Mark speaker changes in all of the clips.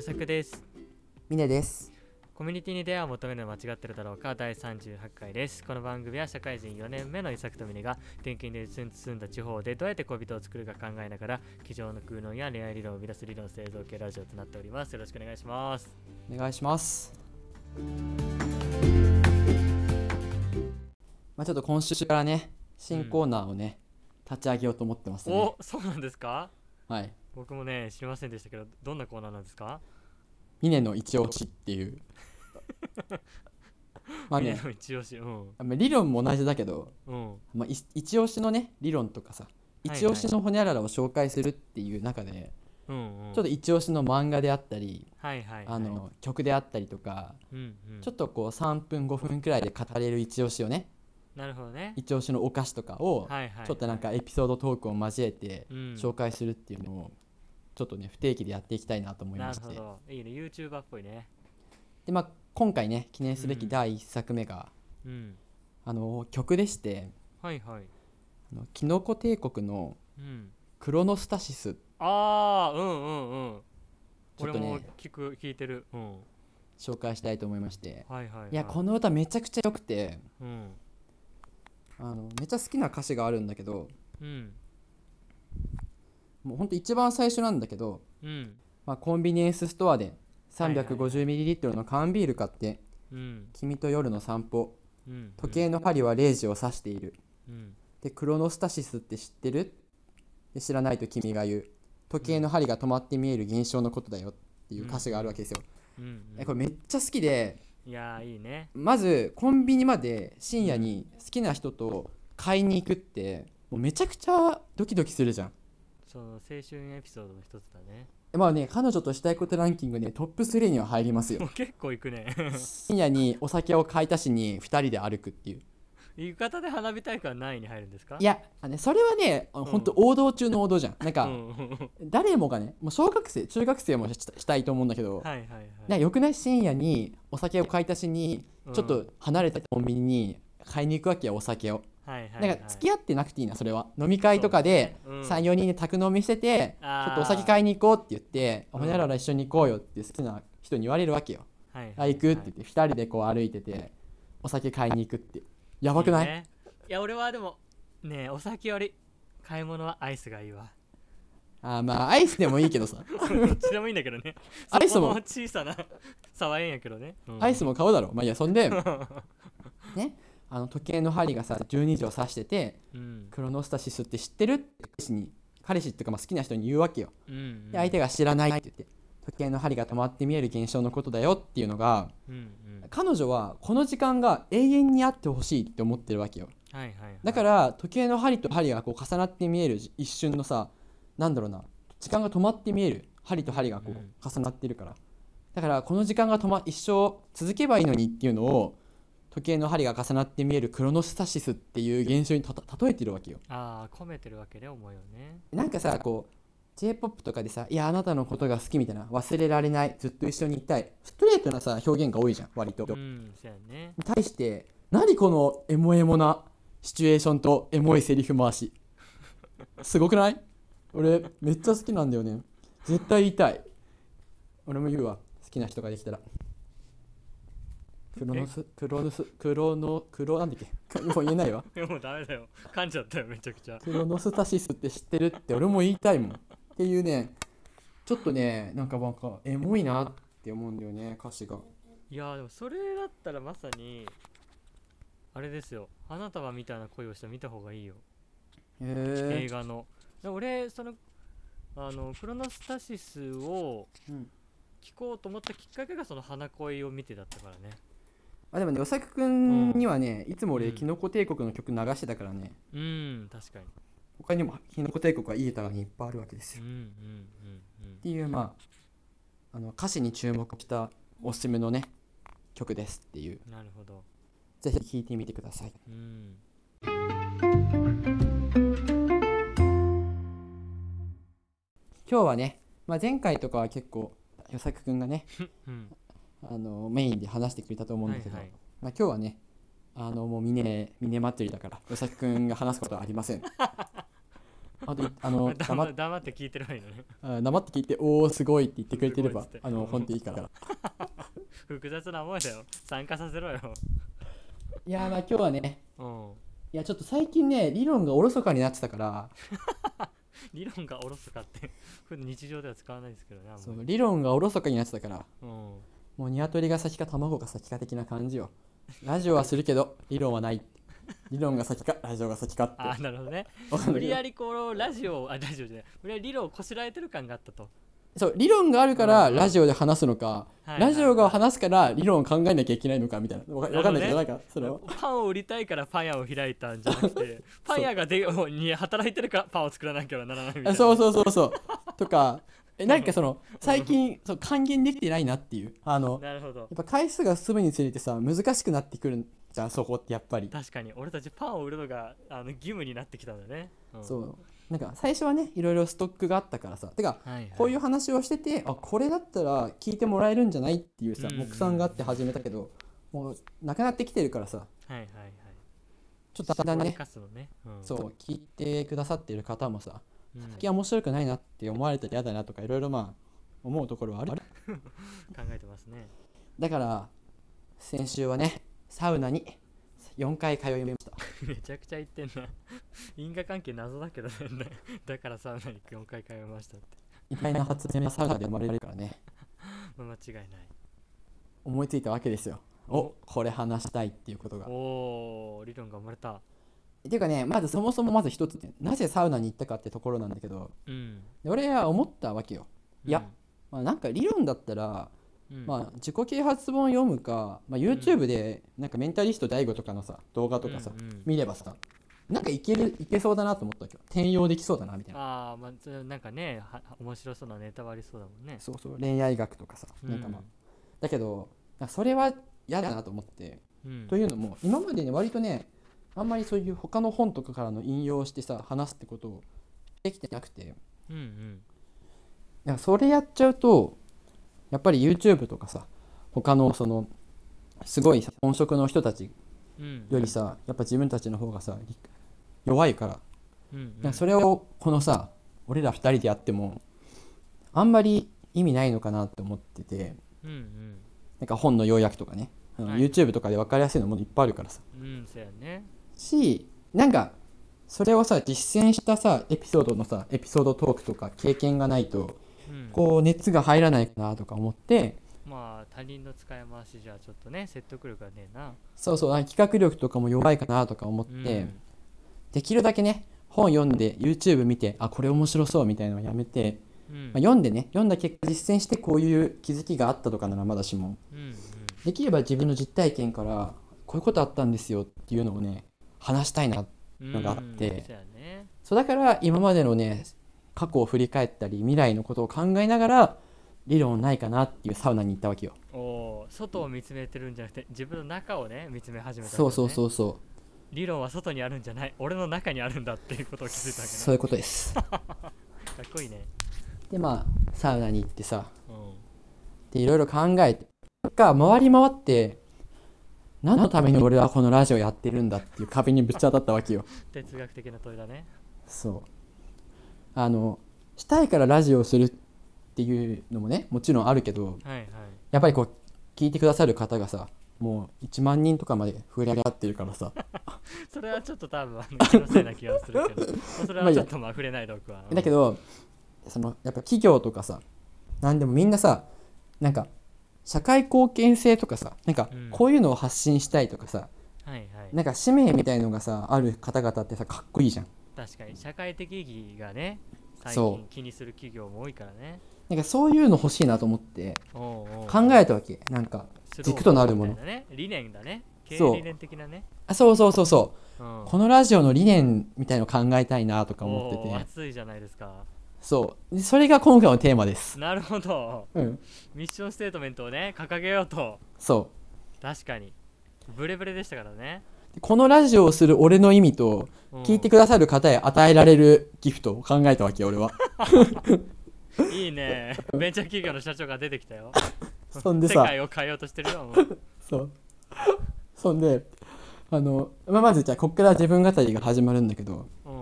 Speaker 1: 作です
Speaker 2: ミネです。
Speaker 1: コミュニティに出会いを求めるのは間違ってるだろうか第38回ですこの番組は社会人4年目の伊作と峰が転勤で住んだ地方でどうやって恋人を作るか考えながら机上の空論や恋愛理論を生み出す理論製造系ラジオとなっておりますよろしくお願いします
Speaker 2: お願いします。まあちょっと今週からね、新コーナーをね、立ち上げようと思ってますね。
Speaker 1: おそうなんですか
Speaker 2: はい。
Speaker 1: 僕もね知りませんでしたけどどんなコーナーなんですか
Speaker 2: ミネの一押しっ ていう。まあ
Speaker 1: 峰
Speaker 2: ね、
Speaker 1: の一押しうん
Speaker 2: まあ理論も同じだけど、
Speaker 1: うん
Speaker 2: まあ、い一押しのね、理論とかさ、
Speaker 1: いはい
Speaker 2: 一押しのほにゃららを紹介するっていう中で、
Speaker 1: うんうん
Speaker 2: ちょっと一押しの漫画であったり、
Speaker 1: はいはい、はい、
Speaker 2: あの曲であったりとか、
Speaker 1: うんうん
Speaker 2: ちょっとこう3分5分くらいで語れる一押しをね、
Speaker 1: なるほどね
Speaker 2: 一押しのお菓子とかを、
Speaker 1: はいはい
Speaker 2: ちょっとなんかエピソードトークを交えて
Speaker 1: うん
Speaker 2: 紹介するっていうのをちょっとね不定期でやっていきたいなと思い
Speaker 1: な
Speaker 2: ま
Speaker 1: る
Speaker 2: し
Speaker 1: ほ
Speaker 2: て
Speaker 1: どいいね YouTuber っぽいね
Speaker 2: で、まあ、今回ね記念すべ
Speaker 1: う
Speaker 2: き
Speaker 1: ん
Speaker 2: 第1作目が、
Speaker 1: うん
Speaker 2: あの曲でして
Speaker 1: はいはい
Speaker 2: 「あのキノコ帝国の
Speaker 1: うん
Speaker 2: クロノスタシス」
Speaker 1: ああうんうんうん
Speaker 2: ちょっ
Speaker 1: 俺も
Speaker 2: とね
Speaker 1: 聞く聞いてるうん
Speaker 2: 紹介したいと思いまして
Speaker 1: はいはい、はい、
Speaker 2: いやこの歌めちゃくちゃ良くて
Speaker 1: うん
Speaker 2: あのめちゃ好きな歌詞があるんだけど
Speaker 1: うん
Speaker 2: もうほんと一番最初なんだけど、
Speaker 1: うん
Speaker 2: まあ、コンビニエンスストアで
Speaker 1: はいはいはい
Speaker 2: 350ml の缶ビール買って
Speaker 1: うん
Speaker 2: 君と夜の散歩
Speaker 1: うん
Speaker 2: 時計の針は0時を指している
Speaker 1: うん
Speaker 2: でクロノスタシスって知ってるで知らないと君が言う時計の針が止まって見える現象のことだよっていう歌詞があるわけですよ、
Speaker 1: うんうん
Speaker 2: えこれめっちゃ好きで
Speaker 1: いやーいいね
Speaker 2: まずコンビニまで深夜に好きな人と買いに行くってもうめちゃくちゃドキドキするじゃん
Speaker 1: その青春エピソードの一つだね
Speaker 2: えまあね彼女としたいことランキングねトップ3には入ります よ
Speaker 1: もう結構いくね
Speaker 2: 深夜にお酒を買い足しに2人で歩くっていう
Speaker 1: 浴衣で花火大会は何位に入るんですか
Speaker 2: いやあのねそれはね
Speaker 1: ん
Speaker 2: 本当王道中の王道じゃんなん
Speaker 1: う
Speaker 2: か、
Speaker 1: んうんうん
Speaker 2: 誰もがねもう小学生中学生もししたいと思うんだけど、
Speaker 1: はいはいはい
Speaker 2: なんかよくない深夜にお酒を買い足しに
Speaker 1: うん
Speaker 2: ちょっと離れたコンビニに買いに行くわけよお酒を、
Speaker 1: はいはいはい
Speaker 2: なんか付き合ってなくていいなそれは飲み会とかで
Speaker 1: そうだねうん
Speaker 2: 34人で宅飲みしてて、
Speaker 1: あー
Speaker 2: ちょっとお酒買いに行こうって言って
Speaker 1: うん
Speaker 2: ほにゃらら一緒に行こうよって好きな人に言われるわけよ、
Speaker 1: はい
Speaker 2: あ行くって言って2人でこう歩いててお酒買いに行くってやばくない
Speaker 1: いねいや俺はでもねえお酒より買い物はアイスがいいわ
Speaker 2: あーまあアイスでもいいけどさ
Speaker 1: ど っちでもいいんだけどね
Speaker 2: アイス
Speaker 1: そこ
Speaker 2: も
Speaker 1: の小さな 差はええんやけどね、うん
Speaker 2: アイスも買うだろまあいいやそ んでねあの時計の針がさ12時を指してて
Speaker 1: うん
Speaker 2: クロノスタシスって知ってるって彼氏に彼氏っていうかまあ好きな人に言うわけよ
Speaker 1: うんうん
Speaker 2: で相手が知らないって言って時計の針が止まって見える現象のことだよっていうのが
Speaker 1: うんうん
Speaker 2: 彼女はこの時間が永遠にあってほしいって思ってるわけよ
Speaker 1: はいはいはい
Speaker 2: だから時計の針と針がこう重なって見える一瞬のさなんだろうな時間が止まって見える針と針がこ
Speaker 1: うん
Speaker 2: う重なってるからだからこの時間が止ま一生続けばいいのにっていうのを時計の針が重なって見えるクロノスタシスっていう現象にたた例えてるわけよ
Speaker 1: ああ込めてるわけで思うよね
Speaker 2: なんかさこう J-POP とかでさ「いやあなたのことが好き」みたいな「忘れられない」「ずっと一緒にいたい」ストレートなさ表現が多いじゃん割と
Speaker 1: うんそうやね
Speaker 2: 対して何このエモエモなシチュエーションとエモいセリフ回しすごくない俺めっちゃ好きなんだよね絶対言いたい俺も言うわ好きな人ができたらクロノスクロノスクロノクロなんだっけもう言えないわ
Speaker 1: でもうダメだよ噛んじゃったよめちゃくちゃ
Speaker 2: クロノスタシスって知ってるって俺も言いたいもんっていうねちょっとねなんかなんかエモいなって思うんだよね歌詞が
Speaker 1: いやーでもそれだったらまさにあれですよ花束みたいな恋をした見た方がいいよ映
Speaker 2: へえ
Speaker 1: 画ので俺そのあのクロノスタシスを
Speaker 2: うん
Speaker 1: 聞こうと思ったきっかけがその花恋を見てだったからね
Speaker 2: あでもねうさくくんにはねいつも
Speaker 1: う
Speaker 2: 俺
Speaker 1: ん
Speaker 2: キノコ帝国の曲流してたからね
Speaker 1: うん確かに
Speaker 2: 他にもキノコ帝国はいい歌がいっぱいあるわけです
Speaker 1: うん
Speaker 2: よ
Speaker 1: うんうんうん
Speaker 2: っていうまああの歌詞に注目したおすすめのね曲ですっていう
Speaker 1: なるほど。
Speaker 2: ぜひ聴いてみてください
Speaker 1: うん。
Speaker 2: 今日はね、まあ、前回とかは結構よさくくんがね
Speaker 1: うん。
Speaker 2: あのメインで話してくれたと思うんだけど、
Speaker 1: はいはい
Speaker 2: まあ、今日はね あのもう峰峰祭りだから与作くんが話すことはありませんあといあの
Speaker 1: 黙
Speaker 2: 黙
Speaker 1: っ
Speaker 2: っ
Speaker 1: 黙って聞いてればいいのね
Speaker 2: あ黙って聞いて「おおすごい」って言ってくれてれば
Speaker 1: すごいっつって
Speaker 2: あの本当いいから
Speaker 1: 複雑な思いだよ参加させろよ
Speaker 2: いやーまあ今日はね
Speaker 1: うん
Speaker 2: いやちょっと最近ね理論がおろそかになってたから
Speaker 1: 理論がおろそかって普段日常では使わないですけどねあんまり
Speaker 2: そう理論がおろそかになってたから
Speaker 1: うん
Speaker 2: もう鶏が先か卵が先か的な感じよラジオはするけど理論はない理論が先かラジオが先かって
Speaker 1: ああなるほどね
Speaker 2: わかんな
Speaker 1: 無
Speaker 2: い
Speaker 1: 理
Speaker 2: けど
Speaker 1: やりこのラジオをあラジオじゃない無理やり理論をこしらえてる感があったと、
Speaker 2: そう理論があるからラジオで話すのか、
Speaker 1: はい
Speaker 2: ラジオが話すから理論を考えなきゃいけないのかみたいなわかわかんないけど
Speaker 1: な
Speaker 2: なんかそれは
Speaker 1: パンを売りたいからパン屋を開いたんじゃ なくてパン屋がでに働いてるからパンを作らなきゃならないみたいな
Speaker 2: あそうそうそうそうとかえなんかその最近そう還元できてないなっていうあのや
Speaker 1: なるほど
Speaker 2: っぱ回数が進むにつれてさ難しくなってくるんじゃんそこってやっぱり、
Speaker 1: 確かに俺たちパンを売るのがあの義務になってきたんだね、うん
Speaker 2: そうなんか最初はねいろいろストックがあったからさてか
Speaker 1: はいはい
Speaker 2: こういう話をしててあこれだったら聞いてもらえるんじゃないっていうさ
Speaker 1: うんうん
Speaker 2: 目算があって始めたけどもうなくなってきてるからさ
Speaker 1: はいはいはい
Speaker 2: ちょっとだんだん
Speaker 1: 生
Speaker 2: ね
Speaker 1: かすのね、うん、
Speaker 2: そう聞いてくださってる方もさ
Speaker 1: うん、
Speaker 2: 先は面白くないなって思われたら嫌だなとかいろいろまあ思うところはある
Speaker 1: 考えてますね
Speaker 2: だから先週はねサウナに4回通いました
Speaker 1: めちゃくちゃ言ってんな 因果関係謎だけどね だからサウナに4回通いましたって、
Speaker 2: 意外な発明はサウナで生まれるからね
Speaker 1: まあ、間違いない
Speaker 2: 思いついたわけですよお
Speaker 1: お
Speaker 2: これ話したいっていうことが
Speaker 1: おー理論が生まれた
Speaker 2: っていうかねまずそもそもまず一つねなぜサウナに行ったかってところなんだけど
Speaker 1: うん
Speaker 2: 俺は思ったわけよいや、まあ、なんか理論だったら、
Speaker 1: うんうん
Speaker 2: まあ、自己啓発本読むか、まあ、YouTube でなんかメンタリスト DAIGO とかのさ動画とかさ、
Speaker 1: うんうん
Speaker 2: 見ればさなんかいけるいけそうだなと思ったわけど転用できそうだなみたいな
Speaker 1: ああまあそれなんかねは面白そうなネタはありそうだもんね
Speaker 2: そうそう恋愛学とかさなんかまあ、だけどなんかそれは嫌だなと思って、
Speaker 1: うん
Speaker 2: というのも今までね割とねあんまりそういう他の本とかからの引用してさ話すってことをできてなくて
Speaker 1: うんうん
Speaker 2: なんかそれやっちゃうとやっぱり YouTube とかさ他のそのすごいさ本職の人たち
Speaker 1: うん
Speaker 2: よりさやっぱ自分たちの方がさ理弱いから
Speaker 1: うんうん
Speaker 2: なんかそれをこのさ俺ら2人でやってもあんまり意味ないのかなって思ってて
Speaker 1: うん
Speaker 2: なんか本の要約とかねあの
Speaker 1: はい
Speaker 2: YouTube とかで分かりやすいのものいっぱいあるからさ
Speaker 1: うんうんそうやね
Speaker 2: しなんかそれをさ実践したさエピソードのさエピソードトークとか経験がないと
Speaker 1: うん
Speaker 2: こう熱が入らないかなとか思って
Speaker 1: まあ他人の使い回しじゃちょっとね説得力がねえな
Speaker 2: そうそうなんか企画力とかも弱いかなとか思って、
Speaker 1: うん
Speaker 2: できるだけね本読んで YouTube 見てあこれ面白そうみたいなのをやめて、
Speaker 1: うん
Speaker 2: まあ、読んでね読んだ結果実践してこういう気づきがあったとかならまだしも
Speaker 1: うんうん
Speaker 2: できれば自分の実体験からこういうことあったんですよっていうのをね話したいな
Speaker 1: うん
Speaker 2: のがあって
Speaker 1: そうやね
Speaker 2: そうだから今までのね過去を振り返ったり未来のことを考えながら理論ないかなっていうサウナに行ったわけよ、
Speaker 1: おー外を見つめてるんじゃなくて自分の中をね見つめ始めたんだ
Speaker 2: そうそう
Speaker 1: ね
Speaker 2: そうそう
Speaker 1: 理論は外にあるんじゃない俺の中にあるんだっていうことを気づいたわけね
Speaker 2: そういうことです
Speaker 1: かっこいいね
Speaker 2: でまあサウナに行ってさ
Speaker 1: う
Speaker 2: でいろいろ考えてが回り回って何のために俺はこのラジオやってるんだっていう壁にぶち当たったわけよ
Speaker 1: ん哲学的な問いだね
Speaker 2: そうあのしたいからラジオをするっていうのもねもちろんあるけど
Speaker 1: はい はい
Speaker 2: やっぱりこう聞いてくださる方がさもう1万人とかまで増え上がってるからさ
Speaker 1: それはちょっと多分あの気のせいな気がす るけどまあそれはちょっとまあ触れないでおくわ
Speaker 2: だけどそのやっぱ企業とかさ何でもみんなさなんか社会貢献性とかさなんか
Speaker 1: うん
Speaker 2: こういうのを発信したいとかさ、
Speaker 1: はいはい
Speaker 2: なんか使命みたいのがさある方々ってさかっこいいじゃん
Speaker 1: 確かに社会的意義がね最
Speaker 2: そう
Speaker 1: 近気にする企業も多いからね
Speaker 2: なんかそういうの欲しいなと思って
Speaker 1: おうおう
Speaker 2: 考えたわけなんか
Speaker 1: スロー
Speaker 2: 軸となるもの
Speaker 1: みたいなね理念だね経
Speaker 2: そう
Speaker 1: 営理念的なね
Speaker 2: あそうそうそうそう
Speaker 1: うん
Speaker 2: このラジオの理念みたいの考えたいなとか思
Speaker 1: おー
Speaker 2: ってて
Speaker 1: 熱いじゃないですか
Speaker 2: そうでそれが今回のテーマです
Speaker 1: なるほど
Speaker 2: うん
Speaker 1: ミッションステートメントをね掲げようと
Speaker 2: そ
Speaker 1: 確かにブレブレでしたからね
Speaker 2: うでこのラジオをする俺の意味と
Speaker 1: うん
Speaker 2: 聞いてくださる方へ与えられるギフトを考えたわけ俺は
Speaker 1: いい ねベンチャー企業の社長が出てきたよ
Speaker 2: そんで
Speaker 1: 世
Speaker 2: さ
Speaker 1: 界を変えようとしてるよもう
Speaker 2: そう そんであの、まあまずじゃあこっから自分語りが始まるんだけど
Speaker 1: うん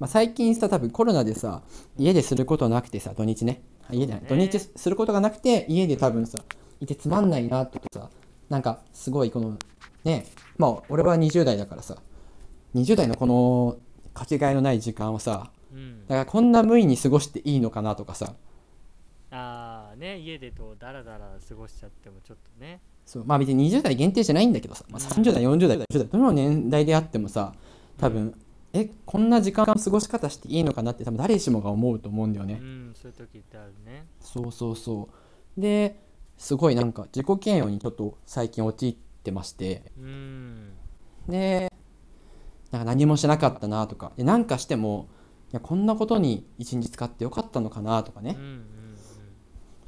Speaker 2: まあ、最近さ多分コロナでさ家ですることなくてさ土日ねあ家じゃない土
Speaker 1: そうね
Speaker 2: 日することがなくて家で多分さいてつまんないなとかさなんかすごいこのねまあ俺は20代だからさ20代のこのかけがえのない時間をさ
Speaker 1: うん
Speaker 2: だからこんな無意に過ごしていいのかなとかさ
Speaker 1: ああね家でこうダラダラ過ごしちゃってもちょっとね
Speaker 2: そうまあ別に20代限定じゃないんだけどさ、まあ、30代40代50代どの年代であってもさ多分えこんな時間の過ごし方していいのかなって多分誰しもが思うと思うんだよ
Speaker 1: う
Speaker 2: ね、
Speaker 1: んそういう時ってあるね
Speaker 2: そうそうそうですごいなんか自己嫌悪にちょっと最近陥ってまして
Speaker 1: うん
Speaker 2: でなんか何もしなかったなとかでなんかしてもいやこんなことに一日使ってよかったのかなとか
Speaker 1: う
Speaker 2: ね
Speaker 1: んう、ん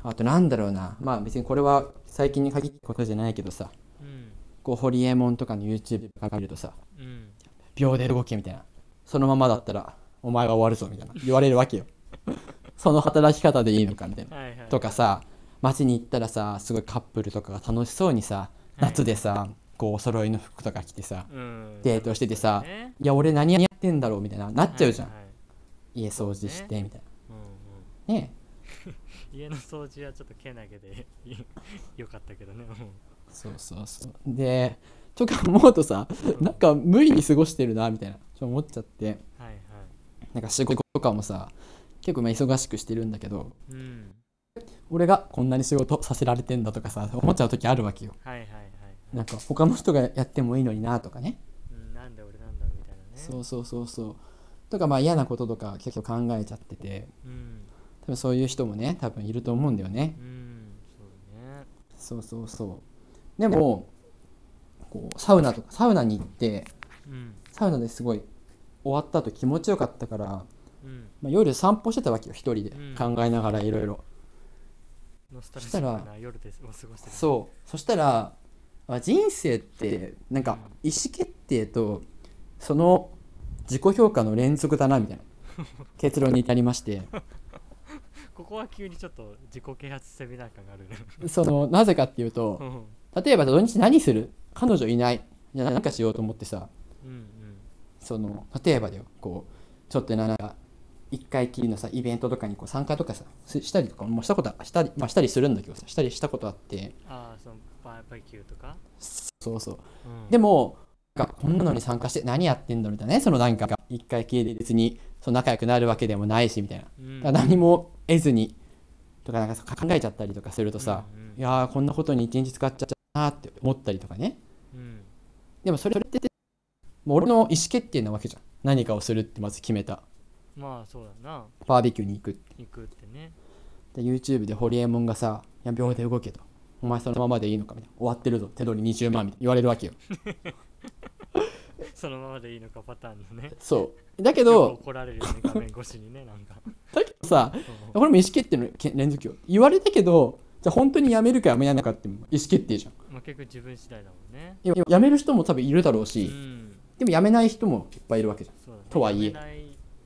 Speaker 2: あとなんだろうなまあ別にこれは最近に限ったことじゃないけどさ
Speaker 1: うん
Speaker 2: こうホリエモンとかの YouTube とか見るとさ
Speaker 1: うんうん
Speaker 2: 秒で動けみたいなそのままだったらお前は終わるぞみたいな言われるわけよ その働き方でいいのかみたいな
Speaker 1: はいはい
Speaker 2: とかさ街に行ったらさすごいカップルとかが楽しそうにさ夏でさこうお揃いの服とか着てさ
Speaker 1: うん
Speaker 2: デートしててさ
Speaker 1: ね
Speaker 2: いや俺何やってんだろうみたいななっちゃうじゃん
Speaker 1: はいはい
Speaker 2: 家掃除してみたい
Speaker 1: うんうん
Speaker 2: なね
Speaker 1: 家の掃除はちょっとけなげで よかったけどねう
Speaker 2: えそうそうそうでとか思うとさなんか無理に過ごしてるなみたいなちょっと思っちゃって
Speaker 1: んはいはい
Speaker 2: なんか仕事とかもさ結構まあ忙しくしてるんだけど
Speaker 1: うん
Speaker 2: 俺がこんなに仕事させられてんだとかさ思っちゃう時あるわけよ
Speaker 1: はいはいはいはい
Speaker 2: なんか他の人がやってもいいのになとかね
Speaker 1: うんなんで俺なんだみたいなね
Speaker 2: そうそうそうそうとかまあ嫌なこととか結構考えちゃってて
Speaker 1: うん
Speaker 2: 多分そういう人もね多分いると思うんだよね
Speaker 1: うんそうね
Speaker 2: そうそうそうでもこうサウナとかサウナに行って
Speaker 1: うん
Speaker 2: サウナですごい終わった後気持ちよかったから、ま
Speaker 1: うん
Speaker 2: あ、夜散歩してたわけよ一人で
Speaker 1: うん
Speaker 2: 考えながらいろいろ
Speaker 1: ノスタルジ
Speaker 2: したら
Speaker 1: ックな夜ですお過ごしてう
Speaker 2: そうそしたらあ人生ってなんか意思決定とその自己評価の連続だなみたいな結論に至りまして
Speaker 1: ここは急にちょっと自己啓発セミナー感があるね
Speaker 2: そのなぜかっていう
Speaker 1: う
Speaker 2: と
Speaker 1: ん
Speaker 2: 例えば土日何する彼女いないじゃあ何かしようと思ってさ
Speaker 1: うん
Speaker 2: その例えばだよこうちょっとなんか一回きりのさイベントとかにこう参加とかさすしたりとかもしたことはしたり、まあ、したりするんだけどさしたりしたことあって
Speaker 1: ああそのバーベキューとか
Speaker 2: そうそう
Speaker 1: うん
Speaker 2: でもなんかこんなのに参加して何やってんだみたいなねそのなんか一回きりで別にその仲良くなるわけでもないしみたいな
Speaker 1: うん
Speaker 2: だから何も得ずにとかなんかさ考えちゃったりとかするとさ、
Speaker 1: うんうん
Speaker 2: いやーこんなことに一日使っちゃったなーって思ったりとかね
Speaker 1: うん
Speaker 2: でもそれそれってもう俺の意思決定なわけじゃん何かをするってまず決めた
Speaker 1: まあそうだな
Speaker 2: バーベキューに行くって
Speaker 1: 行くってね
Speaker 2: で YouTube でホリエモンがさ「いや秒で動け」と「お前そのままでいいのか」みたいな「終わってるぞ手取り20万」みたいな言われるわけよ
Speaker 1: そのままでいいのかパターンのね
Speaker 2: そうだけ
Speaker 1: よく
Speaker 2: ど
Speaker 1: 怒られるよね画面越しにねなんか
Speaker 2: だけどさ
Speaker 1: うん
Speaker 2: これも意思決定のけ連続よ言われたけどじゃあ本当に辞めるか辞めないのかっても意思決定じゃん
Speaker 1: まあ結局自分次第だもんね。
Speaker 2: いや辞める人も多分いるだろう
Speaker 1: う
Speaker 2: し、
Speaker 1: ん、
Speaker 2: でも辞めない人もいっぱいいるわけじゃん
Speaker 1: そうだね。
Speaker 2: とはいえ
Speaker 1: やめない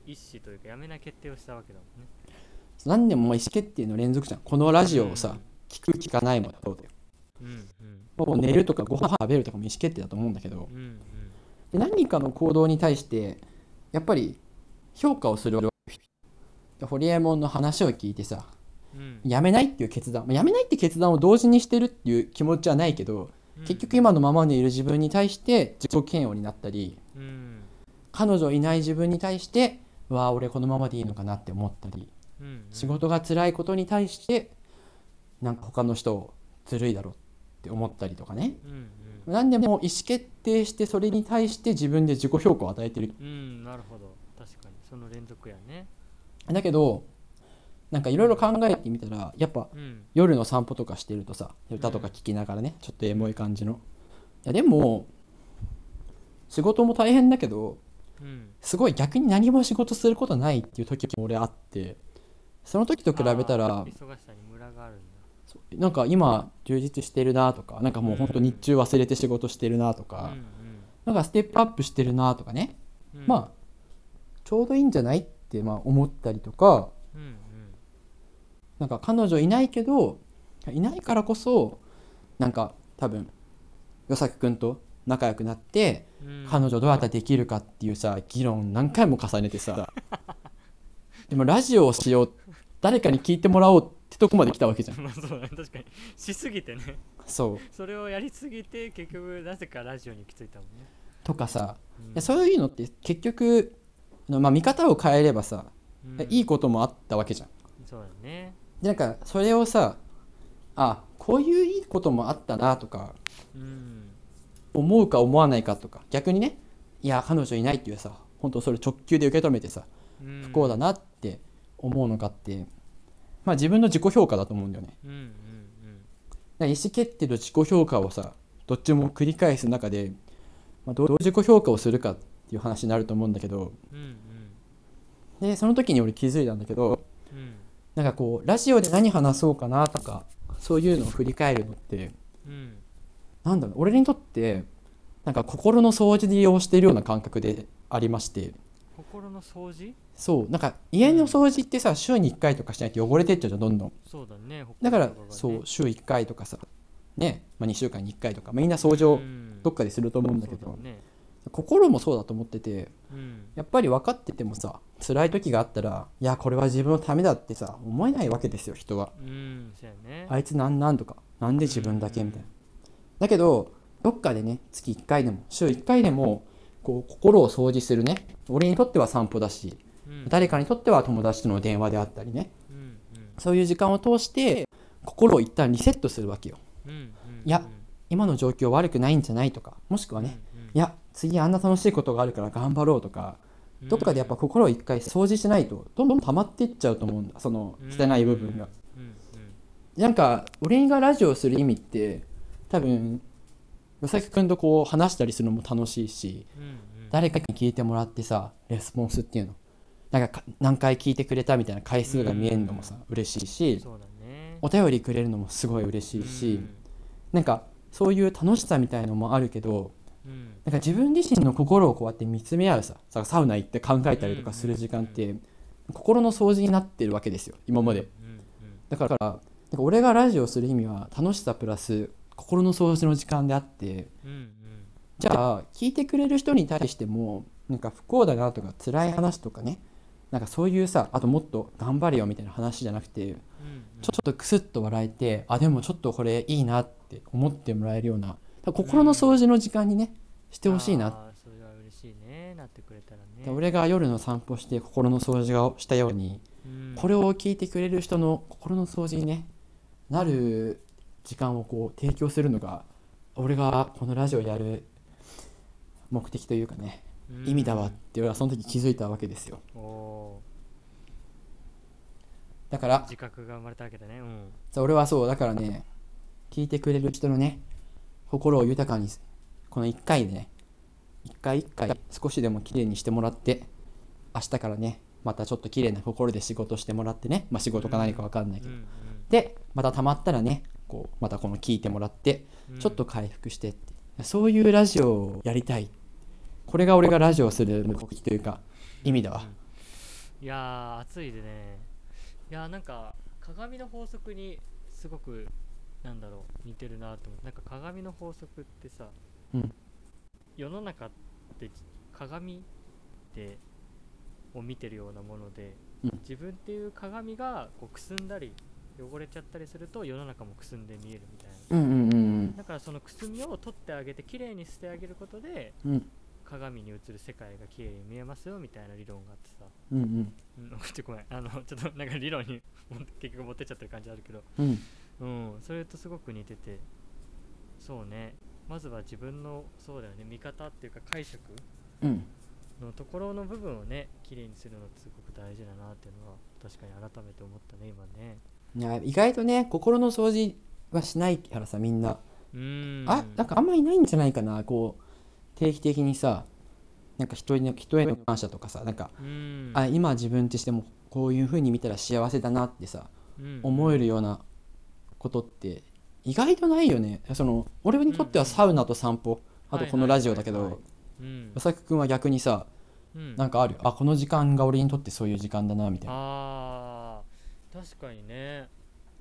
Speaker 1: 意思というか、やめない決定をしたわけだもんね。
Speaker 2: 何年も意思決定の連続じゃんこのラジオを
Speaker 1: う
Speaker 2: さ
Speaker 1: ん
Speaker 2: 聞く聞かないもそうだよ
Speaker 1: うんうん
Speaker 2: もう寝るとかご飯食べるとかも意思決定だと思うんだけど
Speaker 1: うんうん
Speaker 2: で何かの行動に対してやっぱり評価をするでホリエモンの話を聞いてさ
Speaker 1: うん
Speaker 2: 辞めないっていう決断まあ辞めないって決断を同時にしてるっていう気持ちはないけど
Speaker 1: うん
Speaker 2: 結局今のままにいる自分に対して自己嫌悪になったり
Speaker 1: うん
Speaker 2: 彼女いない自分に対してうわあ俺このままでいいのかなって思ったり
Speaker 1: うんうん
Speaker 2: 仕事が辛いことに対してなんか他の人ずるいだろって思ったりとかね
Speaker 1: うん
Speaker 2: 何でも意思決定してそれに対して自分で自己評価を与えてる
Speaker 1: うんうんなるほど確かにその連続やね。
Speaker 2: だけどなんかいろいろ考えてみたらやっぱ
Speaker 1: うん
Speaker 2: 夜の散歩とかしてるとさ歌とか聴きながらねちょっとエモい感じのいやでも仕事も大変だけど
Speaker 1: うん。
Speaker 2: すごい逆に何も仕事することないっていう時も俺あってその時と比べた
Speaker 1: あ
Speaker 2: ら
Speaker 1: ー忙しさにムラがあるんだ。
Speaker 2: なんか今充実してるなとかなんかもうほんと日中忘れて仕事してるなとか
Speaker 1: うん
Speaker 2: なんかステップアップしてるなとかね
Speaker 1: うんうん
Speaker 2: まあちょうどいいんじゃないってまあ思ったりとか
Speaker 1: うんうん
Speaker 2: なんか彼女いないけどいないからこそなんか多分与作君と仲良くなって
Speaker 1: うん
Speaker 2: 彼女どうやったらできるかっていうさ議論何回も重ねてさでもラジオをしよう誰かに聞いてもらおうってとこまで来たわけじゃん
Speaker 1: まあそうだね確かにしすぎてね
Speaker 2: そう
Speaker 1: それをやりすぎて結局なぜかラジオに行き着いたもんね、
Speaker 2: とかさ
Speaker 1: うん
Speaker 2: いやそういうのって結局あのまあ見方を変えればさ
Speaker 1: うん
Speaker 2: いいこともあったわけじゃん
Speaker 1: そうだね
Speaker 2: でなんかそれをさあこういういいこともあったなとか
Speaker 1: うん
Speaker 2: 思うか思わないかとか逆にねいや彼女いないっていうさ本当それ直球で受け止めてさ
Speaker 1: うん
Speaker 2: 不幸だなって思うのかってまあ自分の自己評価だと思うんだよね
Speaker 1: うんうんうん
Speaker 2: だから意思決定と自己評価をさどっちも繰り返す中で、まあ、どうどう自己評価をするかっていう話になると思うんだけど
Speaker 1: うんうん
Speaker 2: でその時に俺気づいたんだけど
Speaker 1: うん
Speaker 2: なんかこうラジオで何話そうかなとかそういうのを振り返るのって
Speaker 1: うん
Speaker 2: なんだろう俺にとってなんか心の掃除をしているような感覚でありまして
Speaker 1: 心の掃除
Speaker 2: そうなんか家の掃除ってさ週に1回とかしないと汚れてっちゃうじゃんどんどん
Speaker 1: そうだね
Speaker 2: だから、
Speaker 1: ほこりと
Speaker 2: そ
Speaker 1: がね
Speaker 2: う週1回とかさね、まあ、2週間に1回とか、まあみんな掃除を
Speaker 1: うん
Speaker 2: どっかですると思うんだけ
Speaker 1: そう
Speaker 2: ど、
Speaker 1: ね
Speaker 2: 心もそうだと思ってて
Speaker 1: うん
Speaker 2: やっぱり分かっててもさ辛い時があったらいやこれは自分のためだってさ思えないわけですよ人は
Speaker 1: うんそうやね
Speaker 2: あいつなんなんとかなんで自分だけみたいなだけどどっかでね月1回でも週1回でもこう心を掃除するね俺にとっては散歩だし
Speaker 1: うん
Speaker 2: 誰かにとっては友達との電話であったりね
Speaker 1: うん
Speaker 2: そういう時間を通して心を一旦リセットするわけよ
Speaker 1: うんうんうん
Speaker 2: いや今の状況悪くないんじゃないとかもしくはねいや次あんな楽しいことがあるから頑張ろうとかどっかでやっぱ心を一回掃除しないとどんどん溜まっていっちゃうと思うんだその汚い部分が
Speaker 1: うんうん
Speaker 2: なんか俺がラジオをする意味って多分与崎君とこう話したりするのも楽しいし
Speaker 1: うんうん
Speaker 2: 誰かに聞いてもらってさレスポンスっていうのなんかか何回聞いてくれたみたいな回数が見えるのもさ嬉しいし
Speaker 1: そうだね
Speaker 2: お便りくれるのもすごい嬉しいし
Speaker 1: うん
Speaker 2: なんかそういう楽しさみたいのもあるけど
Speaker 1: うん
Speaker 2: なんか自分自身の心をこうやって見つめ合うささサウナ行って考えたりとかする時間って心の掃除になってるわけですよ今まで。
Speaker 1: うんうん
Speaker 2: だからなんか俺がラジオする意味は楽しさプラス心の掃除の時間であって
Speaker 1: うん
Speaker 2: じゃあ聞いてくれる人に対してもなんか不幸だなとか辛い話とかねなんかそういうさあともっと頑張れよみたいな話じゃなくて
Speaker 1: うんうん
Speaker 2: ちょちょっとクスッと笑えてあでもちょっとこれいいなって思ってもらえるようなだから心の掃除の時間にねしてほしいな
Speaker 1: あーそれは嬉しいねなってくれたらね
Speaker 2: 俺が夜の散歩して心の掃除をしたように
Speaker 1: うん
Speaker 2: これを聞いてくれる人の心の掃除に、ね、なる時間をこう提供するのが俺がこのラジオやる目的というかね
Speaker 1: うん
Speaker 2: 意味だわって俺はその時気づいたわけですよ
Speaker 1: おー
Speaker 2: だから
Speaker 1: 自覚が生まれたわけだねうん
Speaker 2: そう俺はそうだからね聞いてくれる人のね心を豊かにこの1回でね1回1回少しでも綺麗にしてもらって明日からねまたちょっと綺麗な心で仕事してもらってねまあ仕事か何か分かんないけ
Speaker 1: う
Speaker 2: ど、
Speaker 1: ん
Speaker 2: でまたたまったらねこうまたこの聞いてもらって
Speaker 1: うん
Speaker 2: ちょっと回復してって、そういうラジオをやりたいこれが俺がラジオをする目的というか意味だわ、
Speaker 1: いやー暑いでねいやーなんか鏡の法則にすごくなんだろう似てるなと思ってなんか鏡の法則ってさ、
Speaker 2: うん
Speaker 1: 世の中って鏡でを見てるようなもので、
Speaker 2: うん
Speaker 1: 自分っていう鏡がこうくすんだり汚れちゃったりすると世の中もくすんで見えるみたいな
Speaker 2: うん、うんうん
Speaker 1: だからそのくすみを取ってあげて綺麗にしてあげることで
Speaker 2: うんうん
Speaker 1: 鏡に映る世界が綺麗に見えますよみたいな理論があってさ
Speaker 2: うんうん
Speaker 1: うん、 ちょごめんあのちょっとなんか理論に 持って結局持ってっちゃってる感じあるけど
Speaker 2: うん
Speaker 1: うんそれとすごく似ててそうねまずは自分のそうだよね見方っていうか解釈
Speaker 2: うん
Speaker 1: のところの部分をね綺麗にするのってすごく大事だなっていうのは確かに改めて思ったね今ね
Speaker 2: いや意外とね心の掃除はしないからさみんな、
Speaker 1: うーん
Speaker 2: あなんかあんまりいないんじゃないかなこう定期的にさなんか人への人への感謝とかさなんか、
Speaker 1: うーん
Speaker 2: あ今自分としてもこういう風に見たら幸せだなってさ
Speaker 1: うん
Speaker 2: 思えるようなことって意外とないよねその俺にとってはサウナと散歩あとこのラジオだけ
Speaker 1: はいはい
Speaker 2: ど
Speaker 1: うん
Speaker 2: 与作君は逆にさ
Speaker 1: うん
Speaker 2: なんかあるあこの時間が俺にとってそういう時間だなみたいな
Speaker 1: あー確かにね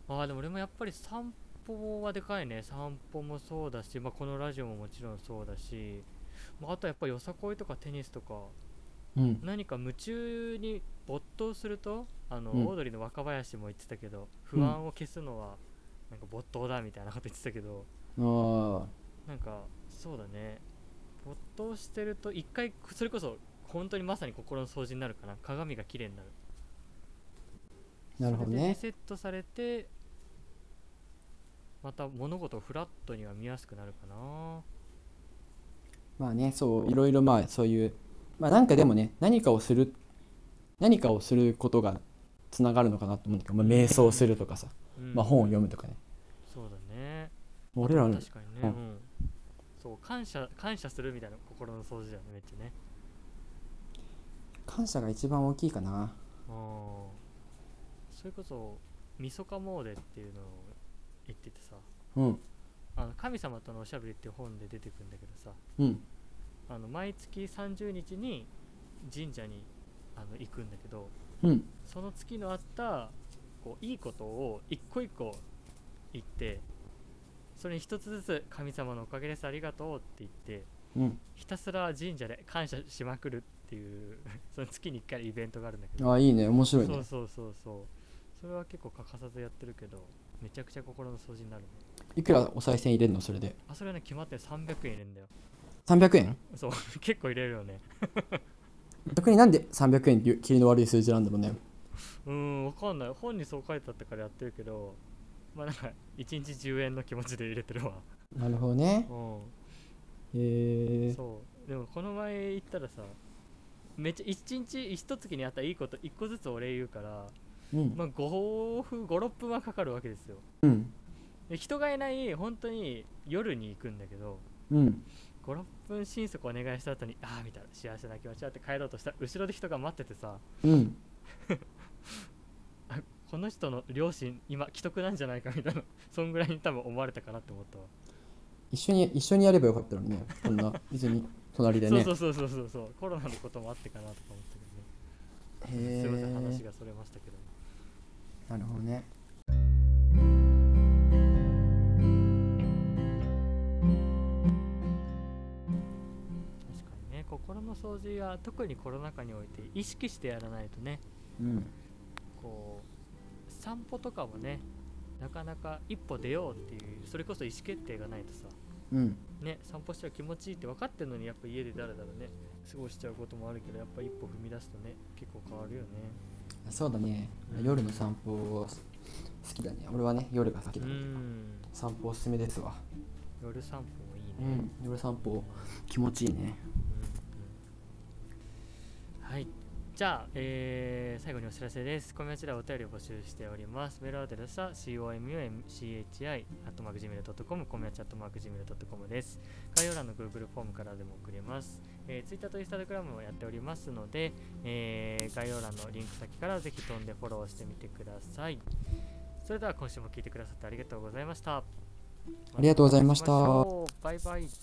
Speaker 1: あーでも俺もやっぱり散歩はでかいね散歩もそうだし、まあ、このラジオももちろんそうだし、まあ、あとやっぱよさこいとかテニスとか
Speaker 2: うん
Speaker 1: 何か夢中に没頭するとあの、
Speaker 2: うん
Speaker 1: オードリーの若林も言ってたけど
Speaker 2: うん
Speaker 1: 不安を消すのはなんか没頭だみたいなこと言ってたけど、
Speaker 2: ああ
Speaker 1: なんかそうだね没頭してると一回それこそ本当にまさに心の掃除になるかな鏡が綺麗になる
Speaker 2: なるほど
Speaker 1: それで
Speaker 2: ね
Speaker 1: リセットされてまた物事をフラットには見やすくなるかな
Speaker 2: まあねそういろいろまあそういうまあなんかでもね何かをする何かをすることがつながるのかなと思うんだけど、まあ、瞑想するとかさ、
Speaker 1: うん
Speaker 2: まあ、本を読むとかね
Speaker 1: そうだね
Speaker 2: 俺らの
Speaker 1: 確かにね、う
Speaker 2: うんん
Speaker 1: そう感謝感謝するみたいな心の掃除だよねめっちゃね
Speaker 2: 感謝が一番大きいかな
Speaker 1: うんそれこそみそかモーデっていうのを言っててさ
Speaker 2: うん
Speaker 1: あの神様とのおしゃべりっていう本で出てくるんだけどさ
Speaker 2: うん
Speaker 1: あの毎月30日に神社にあの行くんだけど
Speaker 2: うん
Speaker 1: その月のあったこういいことを一個一個言ってそれに一つずつ「神様のおかげですありがとう」って言って
Speaker 2: うん
Speaker 1: ひたすら神社で感謝しまくるっていう その月に1回イベントがあるんだけど
Speaker 2: ああいいね面白い
Speaker 1: そう
Speaker 2: ね
Speaker 1: そうそうそうそれは結構欠かさずやってるけどめちゃくちゃ心の掃除になるね
Speaker 2: いくらお賽銭入れるのそれで
Speaker 1: あそれはね決まって300円入れるんだよ
Speaker 2: 300円
Speaker 1: そう 結構入れるよね
Speaker 2: 逆になんで300円っていう切りの悪い数字なんだろうね
Speaker 1: うーんわかんない本にそう書いてあったからやってるけどまあなんか1日10円の気持ちで入れてるわ
Speaker 2: なるほどね
Speaker 1: うん
Speaker 2: へえ
Speaker 1: そうでもこの前行ったらさめっちゃ一日一月にあったいいこと一個ずつお礼言うから、
Speaker 2: うん
Speaker 1: まあ、5分56分はかかるわけですよ
Speaker 2: うん
Speaker 1: で人がいない本当に夜に行くんだけど
Speaker 2: うん
Speaker 1: 56分心底お願いした後にああみたいな幸せな気持ちだって帰ろうとしたら後ろで人が待っててさ
Speaker 2: うん
Speaker 1: あこの人の両親今既得なんじゃないかみたいな そんぐらいに多分思われたかなって思ったわ、
Speaker 2: 一緒に一緒にやればよかったのにねこんな別に隣で
Speaker 1: そう
Speaker 2: ね
Speaker 1: そうそうそうそうそうコロナのこともあってかなとか思ったけ
Speaker 2: へ
Speaker 1: どねすいません話
Speaker 2: え
Speaker 1: がそれましたけど
Speaker 2: なるほどね
Speaker 1: 確かにね心の掃除は特にコロナ禍において意識してやらないとね
Speaker 2: うん
Speaker 1: こう散歩とかもねなかなか一歩出ようっていうそれこそ意思決定がないとさ
Speaker 2: うん
Speaker 1: ね散歩したら気持ちいいって分かってるのにやっぱ家でだらだらね過ごしちゃうこともあるけどやっぱ一歩踏み出すとね結構変わるよね
Speaker 2: そうだね夜の散歩を好きだね俺はね夜が好き
Speaker 1: う
Speaker 2: だ、
Speaker 1: ん
Speaker 2: 散歩おすすめですわ
Speaker 1: 夜散歩もいいね、
Speaker 2: うん夜散歩気持ちいいね
Speaker 1: うんはい。じゃあ、えー最後にお知らせです。このちらお便りを募集しております。メールアドレスは comuchi.gmail.com、コメアチ .gmail.com です。概要欄の Google フォームからでも送れます。えー、Twitter と Instagram もやっておりますので、えー概要欄のリンク先からぜひ飛んでフォローしてみてください。それでは今週も聞いてくださってありがとうございました。あ
Speaker 2: りがとうございました
Speaker 1: バイバイ。
Speaker 2: 「